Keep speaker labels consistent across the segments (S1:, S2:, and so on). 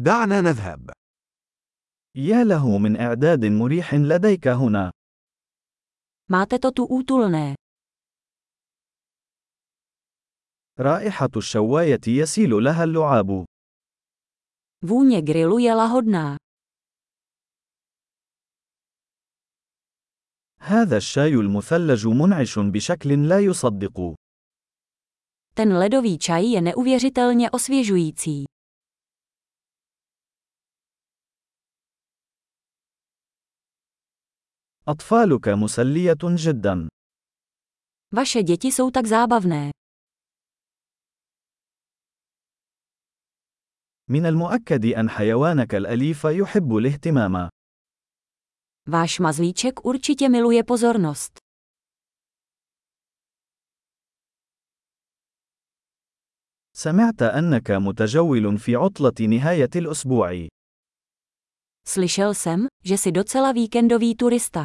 S1: دعنا نذهب.
S2: يا له من إعداد مريح لديك هنا.
S3: Máte to tu útulné.
S2: رائحة الشواية يسيل لها اللعاب.
S3: Vůně grilu je lahodná.
S2: هذا الشاي المثلج منعش بشكل لا يصدق.
S3: Ten ledový čaj je neuvěřitelně osvěžující.
S2: أطفالك مسلية جدا.
S3: Vaše děti jsou tak zábavné.
S2: من المؤكد أن حيوانك الأليف يحب الاهتمام.
S3: Váš mazlíček určitě miluje pozornost.
S2: سمعت أنك متجول في عطلة نهاية الأسبوع.
S3: Slyšel jsem, že jsi docela víkendový turista.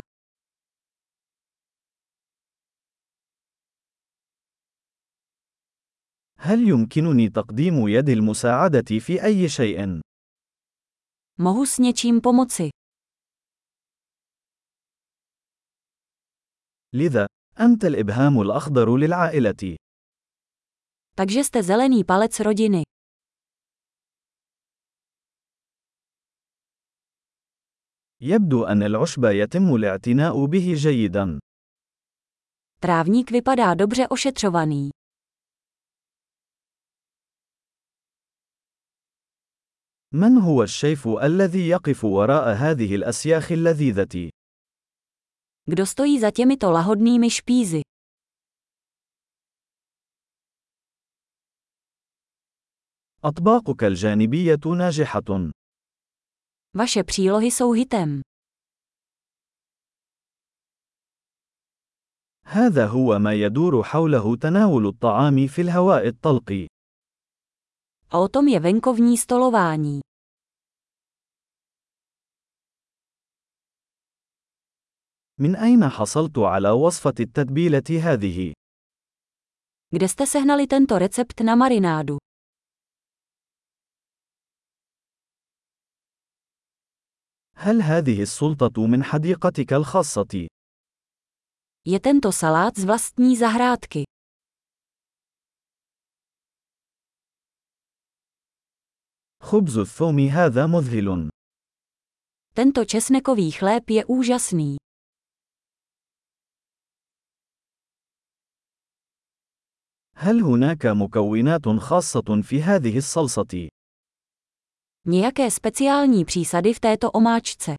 S2: هل يمكنني تقديم يد المساعدة في أي شيء؟
S3: Mohu s něčím pomoci.
S2: لذا، أنت الإبهام الأخضر للعائلة.
S3: Takže jste zelený palec rodiny.
S2: يبدو أن العشب يتم الاعتناء به جيداً.
S3: Trávník vypadá dobře ošetřovaný.
S2: من هو الشيف الذي يقف وراء هذه الأسياخ اللذيذة؟
S3: Kdo stojí za těmito lahodnými špízy?
S2: أطباقك الجانبية ناجحة.
S3: Vaše přílohy jsou hitem.
S2: هذا هو ما يدور حوله تناول الطعام في الهواء الطلق.
S3: A o tom je venkovní stolování.
S2: من أين حصلت على وصفة التتبيلة هذه؟
S3: Kde jste sehnali tento recept na marinádu?
S2: هل هذه السلطة من حديقتك الخاصة؟
S3: Je tento salát z vlastní zahrádky.
S2: خبز الثوم هذا مذهل.
S3: Tento česnekový chléb je úžasný.
S2: هل هناك مكونات خاصة في هذه الصلصة؟
S3: Nějaké speciální přísady v této omáčce.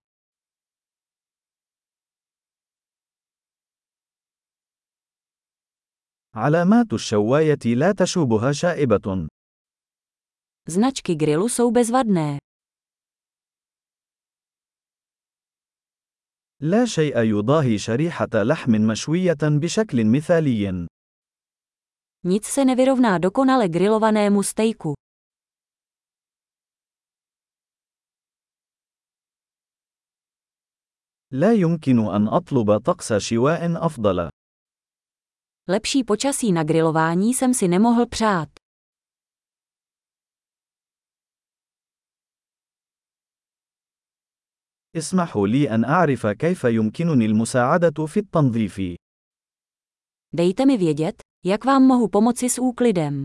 S2: علامات الشواية لا تشوبها شائبة.
S3: Značky grilu jsou bezvadné.
S2: لا شيء يضاهي شريحة لحم مشوية بشكل مثالي.
S3: Nic se nevyrovná dokonale grilovanému stejku.
S2: لا يمكن أن أطلب طقس شواء أفضل.
S3: Lepší počasí na grilování jsem si nemohl přát.
S2: اسمحوا لي أن أعرف كيف يمكنني المساعدة في التنظيف.
S3: Dejte mi vědět, jak vám mohu pomoci s úklidem.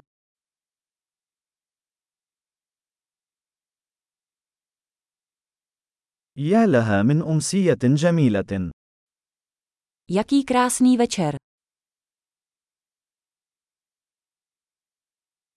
S2: يا لها من أمسية جميلة.
S3: Jaký krásný večer.